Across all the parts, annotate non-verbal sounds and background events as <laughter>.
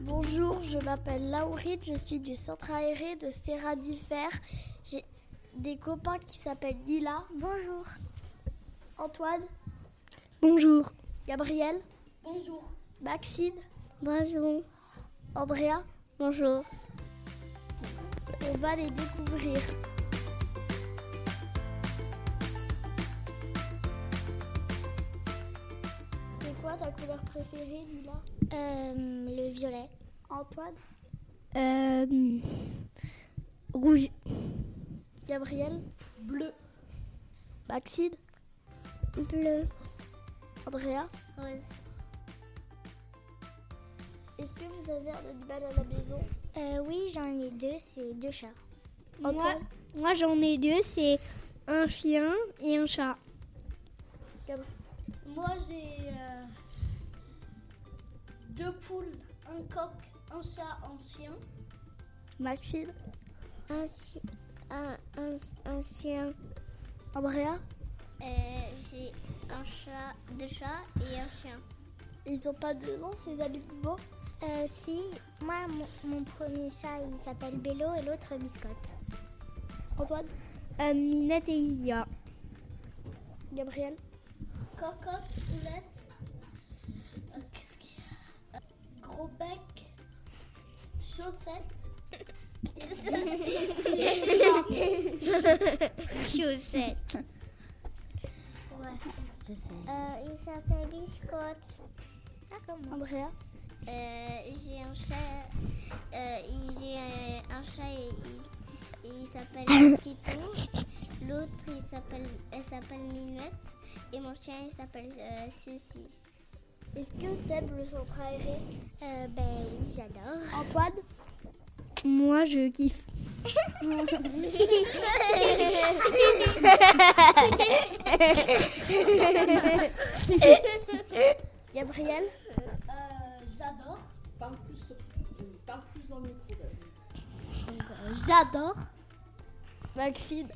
Bonjour, je m'appelle Lauride, je suis du centre aéré de Serra d'Ifer. J'ai des copains qui s'appellent Lila. Bonjour. Antoine. Bonjour. Gabriel. Bonjour. Maxine. Bonjour. Andrea. Bonjour. On va les découvrir. C'est quoi ta couleur préférée, Lila Euh, le violet. Antoine. Euh, rouge. Gabriel. Bleu. Maxine. Bleu. Andrea. Rose. Est-ce que vous avez un animal à la maison Euh, oui, j'en ai deux, c'est deux chats. Moi, moi j'en ai deux, c'est un chien et un chat. Moi j'ai euh, deux poules, un coq, un chat, un chien. Maxine. Un, chi- un, un, un chien. Andrea. J'ai un chat, deux chats et un chien. Ils ont pas de nom, ces animaux Euh, si, moi, mon, mon premier chat, il s'appelle Bello et l'autre Biscotte. Antoine. Euh, Minette et Isia. Gabriel. Cocotte, poulette. Euh, Qu'est-ce qu'il y a Gros bec. Chaussette. Chaussette. Ouais. Je sais. Euh, il s'appelle Biscotte. Ah, comment Andrea. Euh, J'ai un chat. euh, J'ai un chat et il, s'appelle Tito. L'autre, il s'appelle, elle s'appelle Minette. Et mon chien, il s'appelle euh, Cécile. Est-ce que t'aimes le centre aéré ben oui, j'adore. Antoine. Moi, je kiffe. <laughs> Gabriel. Euh, J'adore. Parle plus, euh, parle plus dans le micro. là. J'adore. Maxine.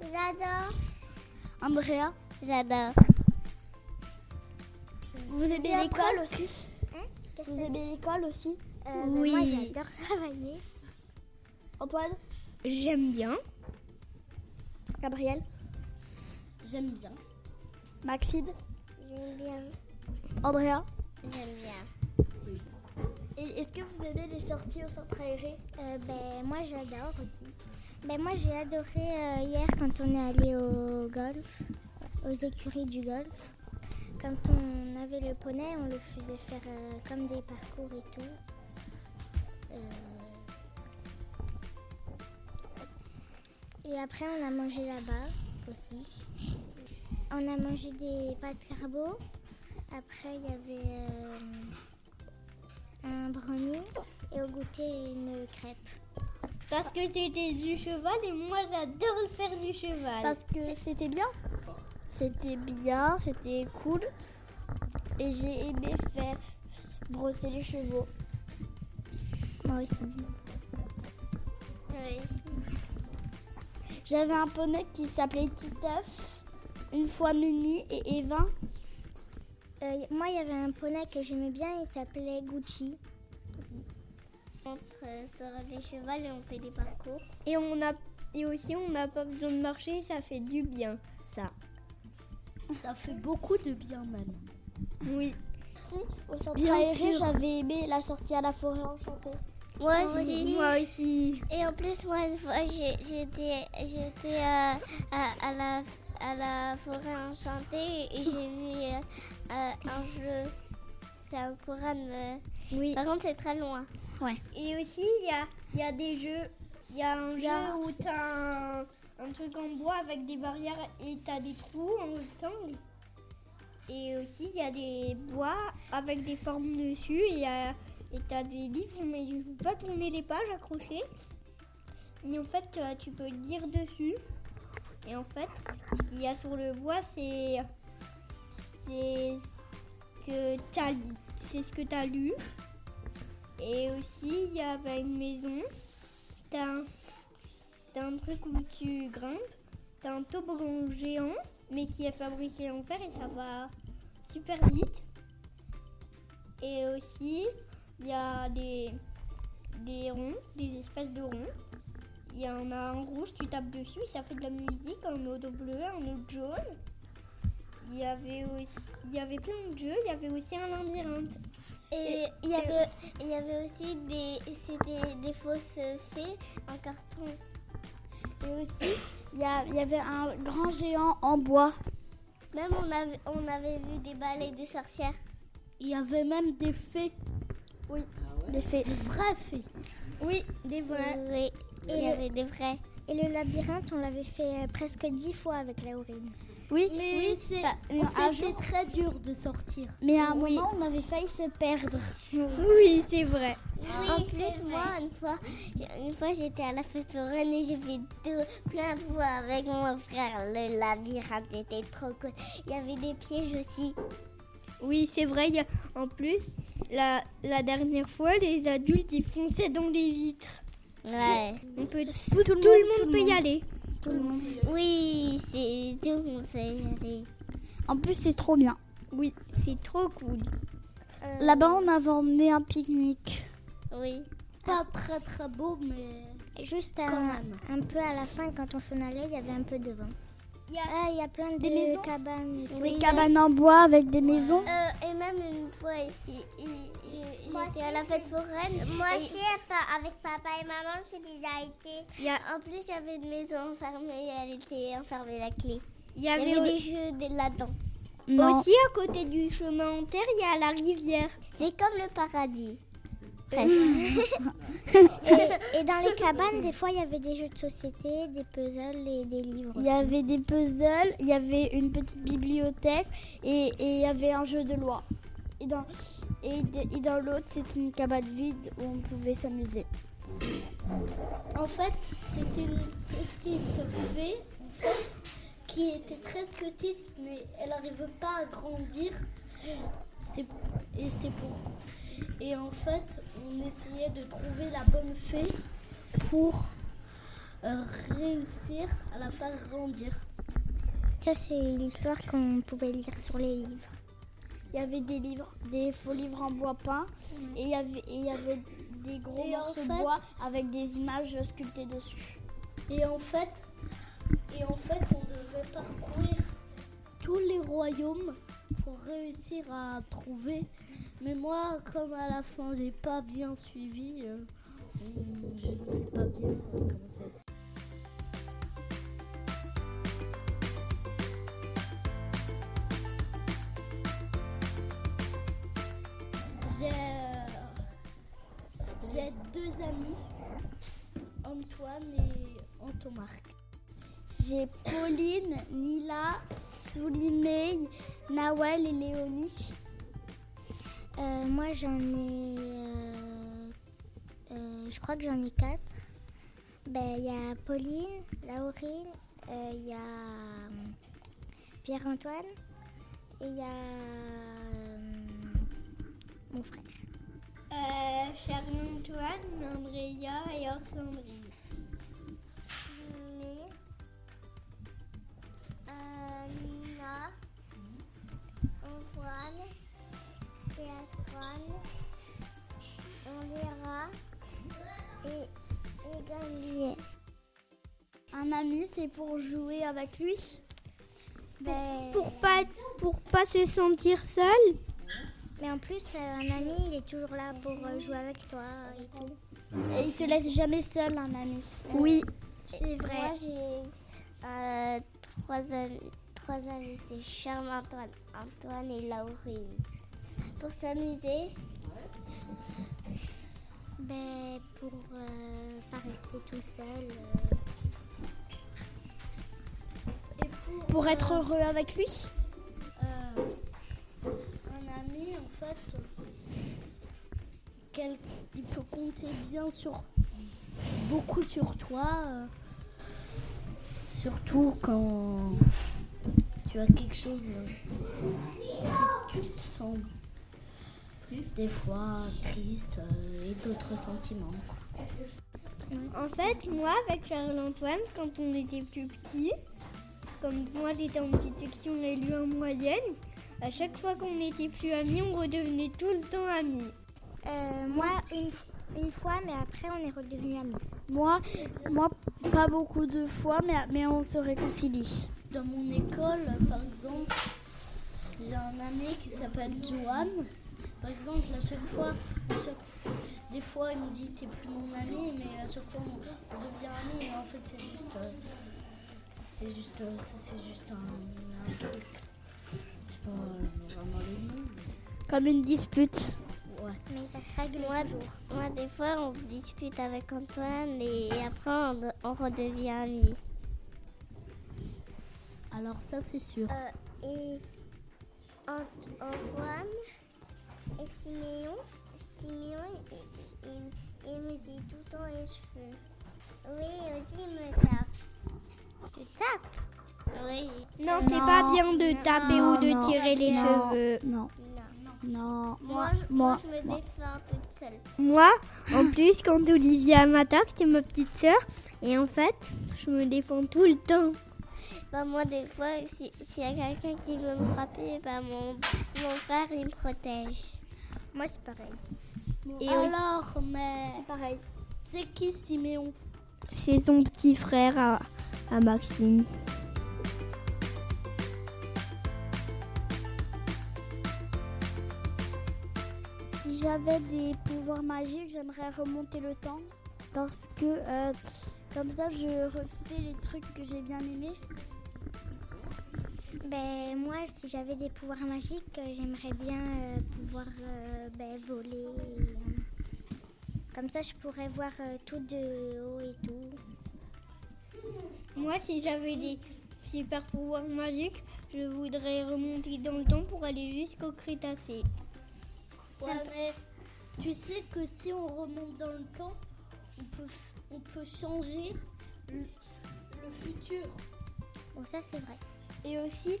J'adore. Andrea. J'adore. Vous aimez Bien l'école aussi Hein Vous aimez l'école aussi Oui. Euh, ben Moi, j'adore travailler. Antoine. J'aime bien. Gabriel. J'aime bien. Maxine. J'aime bien. Andrea. J'aime bien. Et est-ce que vous aimez les sorties au centre aéré Euh, ben, moi j'adore aussi. Ben, moi j'ai adoré euh, hier quand on est allé au golf, aux écuries du golf. Quand on avait le poney, on le faisait faire euh, comme des parcours et tout. Euh, Et après on a mangé là-bas aussi. On a mangé des pâtes carbo. Après il y avait euh, un brownie et au goûter une crêpe. Parce que j'étais du cheval et moi, j'adore le faire du cheval. Parce que c'était bien. C'était bien, c'était cool. Et j'ai aimé faire brosser les chevaux. Moi aussi. J'avais un poney qui s'appelait Titeuf, une fois Mini et Evin. Euh, y- moi, il y avait un poney que j'aimais bien, il s'appelait Gucci. On monte sur les chevaux et on fait euh, des parcours. Et, on a, et aussi, on n'a pas besoin de marcher, ça fait du bien. Ça. Ça fait beaucoup de bien même. Oui. Si, au centre Bien aéré, sûr. j'avais aimé la sortie à la forêt enchantée. Moi Moi aussi. Et en plus, moi, une fois, j'ai- j'étais j'étais, euh, à, à la, à la forêt enchantée et j'ai vu euh, euh, un jeu. C'est un courant de... Oui. Par contre, c'est très loin. Et aussi, il y a, il y a des jeux. Il y a un jeu où t'as un, un truc en bois avec des barrières et t'as des trous en rectangle. Et aussi, il y a des bois avec des formes dessus. Et il y a- et t'as des livres, mais tu peux pas tourner les pages accrochées. Mais en fait, euh, tu peux lire dessus. Et en fait, ce qu'il y a sur le bois, c'est. C'est ce que t'as lu. C'est ce que t'as lu. Et aussi, il y avait une maison. T'as un, t'as un truc où tu grimpes. T'as un toboggan géant, mais qui est fabriqué en fer et ça va super vite. Et aussi, il y a des, des ronds, des espèces de ronds. Il y en a un rouge, tu tapes dessus, ça fait de la musique, un autre bleu, un autre jaune. Il y avait, aussi- il y avait plein de jeux, il y avait aussi un labyrinthe. Et il y avait, il y avait aussi des, c'était des fausses fées en carton. Et aussi, il y, a- il y avait un grand géant en bois. Même on avait, on avait vu des balais des sorcières. Il y avait même des fées, Ah Des fées. des vraies fées. Oui, des vrais. Oui. Et il y avait des vrais. Et le labyrinthe, on l'avait fait presque dix fois avec Laurine. Oui, Mais c'est bah, non, un c'était très dur de sortir. Mais à un Oui. moment, on avait failli se perdre. oui c'est vrai. en plus, moi, une fois, une fois j'étais à la fête foraine et j'ai fait tout plein de fois avec mon frère. Le labyrinthe était trop cool. Il y avait des pièges aussi. Oui, c'est vrai. il y a- En plus, la, la dernière fois, les adultes, ils fonçaient dans les vitres. Ouais. On peut, tout, le monde, peut y aller. Oui, c'est tout mon fait. En plus, c'est trop bien. Oui, c'est trop cool. Euh, Là-bas, on avait emmené un pique-nique. Oui. Pas très très beau, mais Juste quand un... même. un peu à la fin, quand on s'en allait, il y avait un peu de vent. Il y a- Ah, il y a plein de Des maisons cabanes. et tout. Des cabanes en bois avec des maisons. Euh, et même une fois, j'étais à la fête foraine. Moi aussi, pa- avec papa et maman, je suis déjà été. Il y a- En plus, il y avait une maison enfermée, elle était enfermée la clé. Il y avait, Il y avait au- des jeux de- là-dedans. Non. aussi à côté du chemin en terre, il y a la rivière. C'est comme le paradis. Presque. <laughs> Et, et dans les <laughs> cabanes, des fois, il y avait des jeux de société, des puzzles et des livres. Il y avait des puzzles, il y avait une petite bibliothèque et et il y avait un jeu de loi. Et dans, et de- et dans l'autre, c'était une cabane vide où on pouvait s'amuser. En fait, c'était une petite fée, en fait, qui était très petite, mais elle n'arrivait pas à grandir. C'est- Et c'est pour. Et en fait, on essayait de trouver la bonne fée pour euh, réussir à la faire grandir. Ça, c'est l'histoire qu'on pouvait lire sur les livres. Il y avait des livres, des faux livres en bois peint et il y avait, et il y avait des gros Mm. Et en morceaux de fait- bois avec des images sculptées dessus. Et en fait, et en fait, on devait parcourir tous les royaumes pour réussir à trouver. Mais moi, comme à la fin, j'ai pas bien suivi. euh, je ne sais pas bien euh, comment c'est. J'ai euh, j'ai deux amis Antoine et Antomarc. J'ai Pauline, Nila, Soulimei, Nawel et Léonie. Euh, moi, j'en ai. euh, euh, je crois que j'en ai quatre. Ben, Il y a Pauline, Laurine, euh, il y a hum, Pierre-Antoine et il y a hum, mon frère. Euh, Charles Antoine, Andrea et Orsandrine. Mais. euh, Nina, Antoine, Théastroine, Andera et, et Gabriel. Un ami, c'est pour jouer avec lui. Ben, Pour pas, pour pas se sentir seul. Mais en plus, euh, un ami, il est toujours là pour euh, jouer avec toi et tout. Et il te laisse jamais seul, un ami. Oui, C'est vrai. Moi, j'ai euh, trois, amis, trois amis. C'est Charles, Antoine, Antoine et Laurine. Pour s'amuser Ben, pour euh, pas rester tout seul. euh, Pour être heureux avec lui. Euh, un ami, en fait, quel- il peut compter bien sur beaucoup sur toi, euh, surtout quand tu as quelque chose euh, que tu te sens des fois triste euh, et d'autres sentiments. En fait, moi, avec Charles-Antoine, quand on était plus petits, comme moi j'étais en petite section et lui en moyenne, à chaque fois qu'on n'était plus amis, on redevenait tout le temps amis. Euh, moi, une, une fois, mais après, on est redevenus amis. Moi, moi, pas beaucoup de fois, mais, mais on se réconcilie. Dans mon école, par exemple, j'ai un ami qui s'appelle Johan. Par exemple, à chaque fois, à chaque fois- des fois, il me dit t'es plus mon ami, mais à chaque fois, on devient ami. Et en fait, c'est juste, euh, c'est juste, euh, ça, c'est juste un, un truc. Je sais pas euh, vraiment le nom. Comme une dispute. mais- Ouais. Mais ça se règle Moi, toujours. Moi, des fois, on se dispute avec Antoine et après, on, on redevient amis. Alors ça, c'est sûr. Euh, Et Ant- Antoine et Siméon, Siméon, il, il- il me dit tout le temps les cheveux. Oui, aussi, il me tape. Tu tapes Oui. Non, c'est pas bien de taper ou de tirer les cheveux. Non, Non, non. non. Moi, je, moi, je me défends toute seule. Moi, en plus, quand Olivia m'attaque, c'est ma petite sœur. Et en fait, je me défends tout le temps. Bah, moi, des fois, si- s'il y a quelqu'un qui veut me frapper, bah, mon, mon frère, il me protège. Moi, c'est pareil. Et Alors, mais Pareil. c'est qui Siméon c'est son petit frère à, à Maxime. Si j'avais des pouvoirs magiques, j'aimerais remonter le temps parce que euh, comme ça, je refais les trucs que j'ai bien aimés. Ben, moi, si j'avais des pouvoirs magiques, euh, j'aimerais bien euh, pouvoir euh, ben, voler. et, euh, comme ça, je pourrais voir euh, tout de haut et tout. Moi, si j'avais des super pouvoirs magiques, je voudrais remonter dans le temps pour aller jusqu'au Crétacé. Ouais, mais tu sais que si on remonte dans le temps, on peut, f- on peut changer le, le futur. Bon, ça, c'est vrai. Et aussi,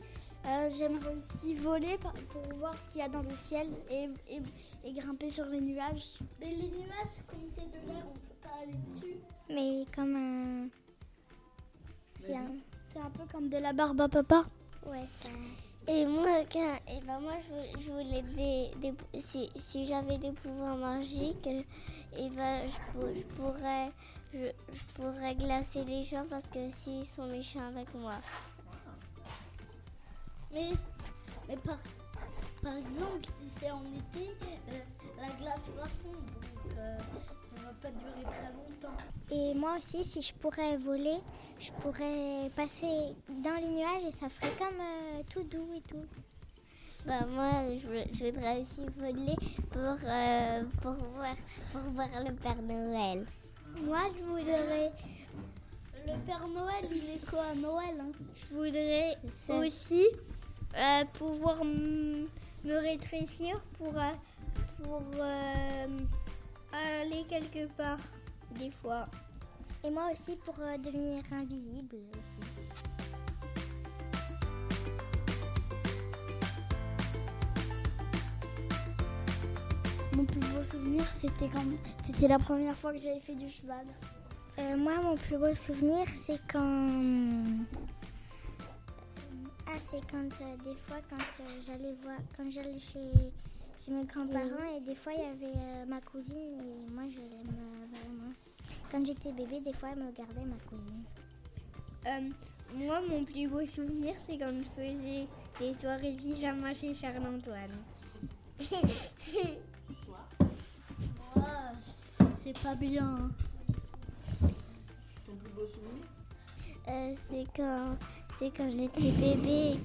euh, j'aimerais aussi voler par- pour voir ce qu'il y a dans le ciel et, et- et grimper sur les nuages. Mais les nuages, comme c'est de l'air, on peut pas aller dessus. Mais comme un. C'est un. C'est un peu comme de la barbe à papa. Ouais, ça. Et moi, quand, et ben moi je, vou- je voulais des, des- si, si j'avais des pouvoirs magiques, et ben je, pour- je pourrais je, je pourrais glacer les gens parce que s'ils sont méchants avec moi. Mais, mais par, par exemple, si c'est en été, euh, la glace va fondre, donc euh, ça va pas durer très longtemps. Et moi aussi, si je pourrais voler, je pourrais passer dans les nuages et ça ferait comme euh, tout doux et tout. Bah moi je, vou- je voudrais aussi voler pour euh, pour voir pour voir le Père Noël. Moi, je voudrais. Le Père Noël, il est quoi à Noël hein Je voudrais C'est ça. aussi euh, pouvoir m- me rétrécir pour, euh, pour euh, aller quelque part, des fois. Et moi aussi pour euh, devenir invisible aussi. Mon plus beau souvenir c'était quand c'était la première fois que j'avais fait du cheval. Euh, moi, mon plus beau souvenir, c'est quand. Ah, c'est quand euh, des fois, quand euh, j'allais voir, quand j'allais chez, chez mes grands-parents, et des fois, il y avait euh, ma cousine, et moi, je l'aime euh, vraiment. Quand j'étais bébé, des fois, elle me gardait ma cousine. Euh, moi, mon plus beau souvenir, c'est quand je faisais des soirées pyjama chez <laughs> Charles-Antoine. Moi, c'est pas bien. hein. Son plus beau souvenir Euh, c'est quand c'est quand j'étais bébé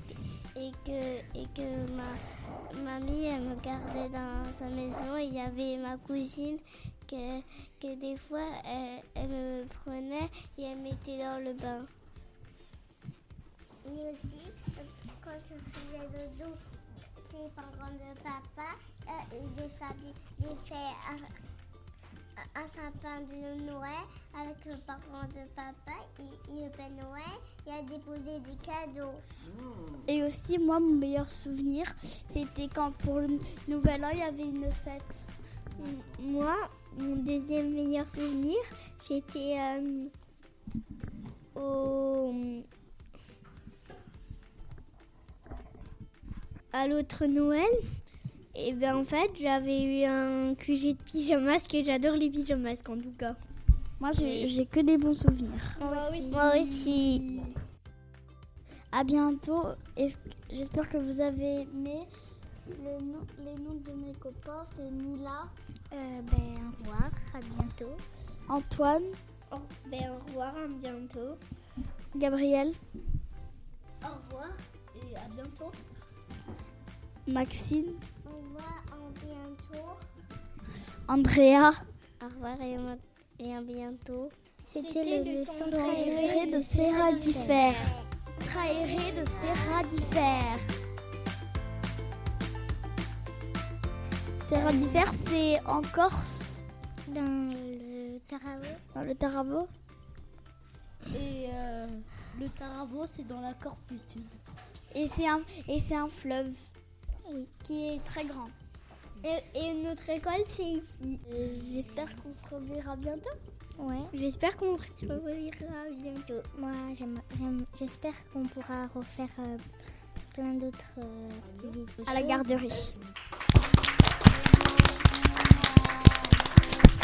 et que et que ma mamie elle me gardait dans sa maison et il y avait ma cousine que que des fois elle, elle me prenait et elle mettait dans le bain. Et aussi, quand je faisais dodo, c'est pendant de papa, euh, j'ai fait, un, sapin de Noël avec le parent de papa et, le Père Noël et a déposé des cadeaux. Et aussi, moi, mon meilleur souvenir, c'était quand pour le nouvel an, il y avait une fête. M- Moi, mon deuxième meilleur souvenir, c'était euh, au... à l'autre Noël. Et ben en fait, j'avais eu un QG de pyjamas que j'adore les pyjamas en tout cas. Moi, j'ai j'ai que des bons souvenirs. Moi aussi. Moi aussi. À bientôt. Est-ce que- J'espère que vous avez aimé. Le nom- les noms de mes copains, c'est Mila, Euh, ben, au revoir, à bientôt. Antoine, Au- ben, au revoir, à bientôt. Gabriel, Au revoir et à bientôt. Maxine, Au revoir, à bientôt. Andrea. Au revoir et, à- et à bientôt. C'était le son trairé de Serra Diffère. Trairé de Serra Diffère. Serra Diffère, c'est en Corse, Dans le Tarawa. dans le Taravo. Et euh, le Taravo, c'est dans la Corse du Sud. Et c'est un, et c'est un fleuve qui est très grand. Et, et notre école, c'est ici. Euh, J'espère qu'on se reverra bientôt. Ouais, J'espère qu'on se reverra bientôt. moi, j'aime- j'aime- j'espère qu'on pourra refaire euh, plein d'autres euh, activités. À la garderie.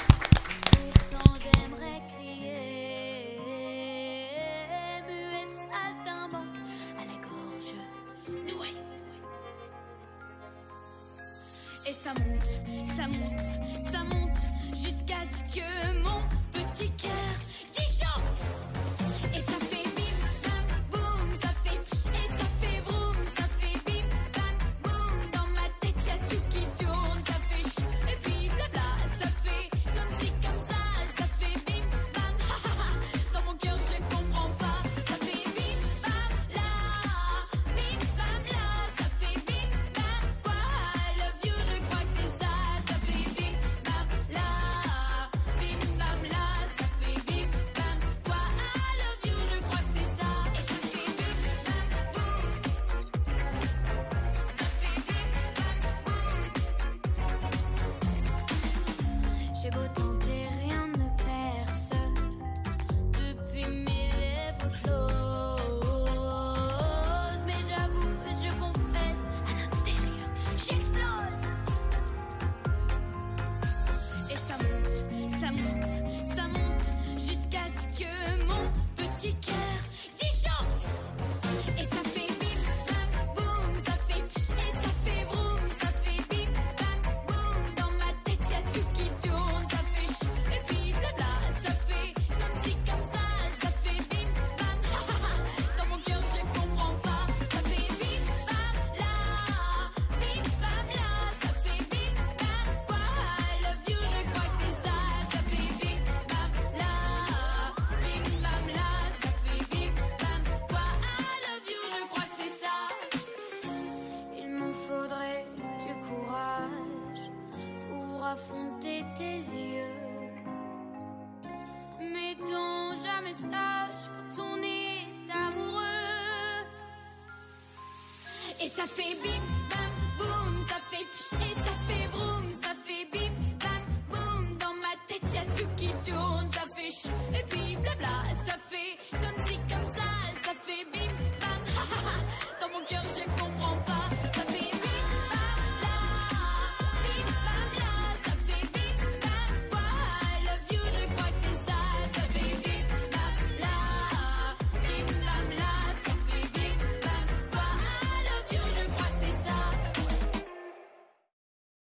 Pourtant j'aimerais crier, muet de saltimbanque, à la gorge nouée. Et ça monte, ça monte, ça monte, jusqu'à ce que mon petit cœur chante Et ça fait bim, bam, boum, ça fait pch, et ça fait vroom, ça fait bim, bam, boum. Dans ma tête, y'a tout qui tourne, ça fait ch, et puis blabla, ça fait comme si, comme ça, ça fait bim, bam, <laughs> ha, ha, ha. Dans mon cœur, je comprends pas, ça fait bim, bam, là, bim, bam, là, ça fait bim, bam, quoi, I love you, je crois que c'est ça, ça fait bim, bam, là, bim, bam, là, ça fait bim, bam, quoi, I love you, je crois que c'est ça, et ça fait bim, bam, boum. J'ai beau tenter, rien ne perce depuis mes lèvres closes. Mais j'avoue, je confesse, à l'intérieur, j'explose. Et ça monte, ça monte, ça monte jusqu'à ce que mon petit cœur chante et ça fait bim bam boum, ça fait pch et ça fait vroom, ça fait bim bam boum. Dans ma tête y'a tout qui tourne, ça fait ch et puis blabla, ça fait comme si comme ça, ça fait bim bam. <laughs> ha, ha, ha. Dans mon cœur je comprends pas, ça fait bim bam là, bim bam là, ça fait bim bam quoi. I love you, je crois que c'est ça, ça fait bim bam là, bim bam là, ça fait bim bam quoi. I love you, je crois que c'est ça. Il m'en faudrait du courage pour affronter tes yeux. Mettons jamais sage quand on est amoureux. Et ça fait bim bam boum, ça fait pch et ça fait vroom, ça fait bim bam boum. Dans ma tête y'a tout qui tourne, ça fait <laughs>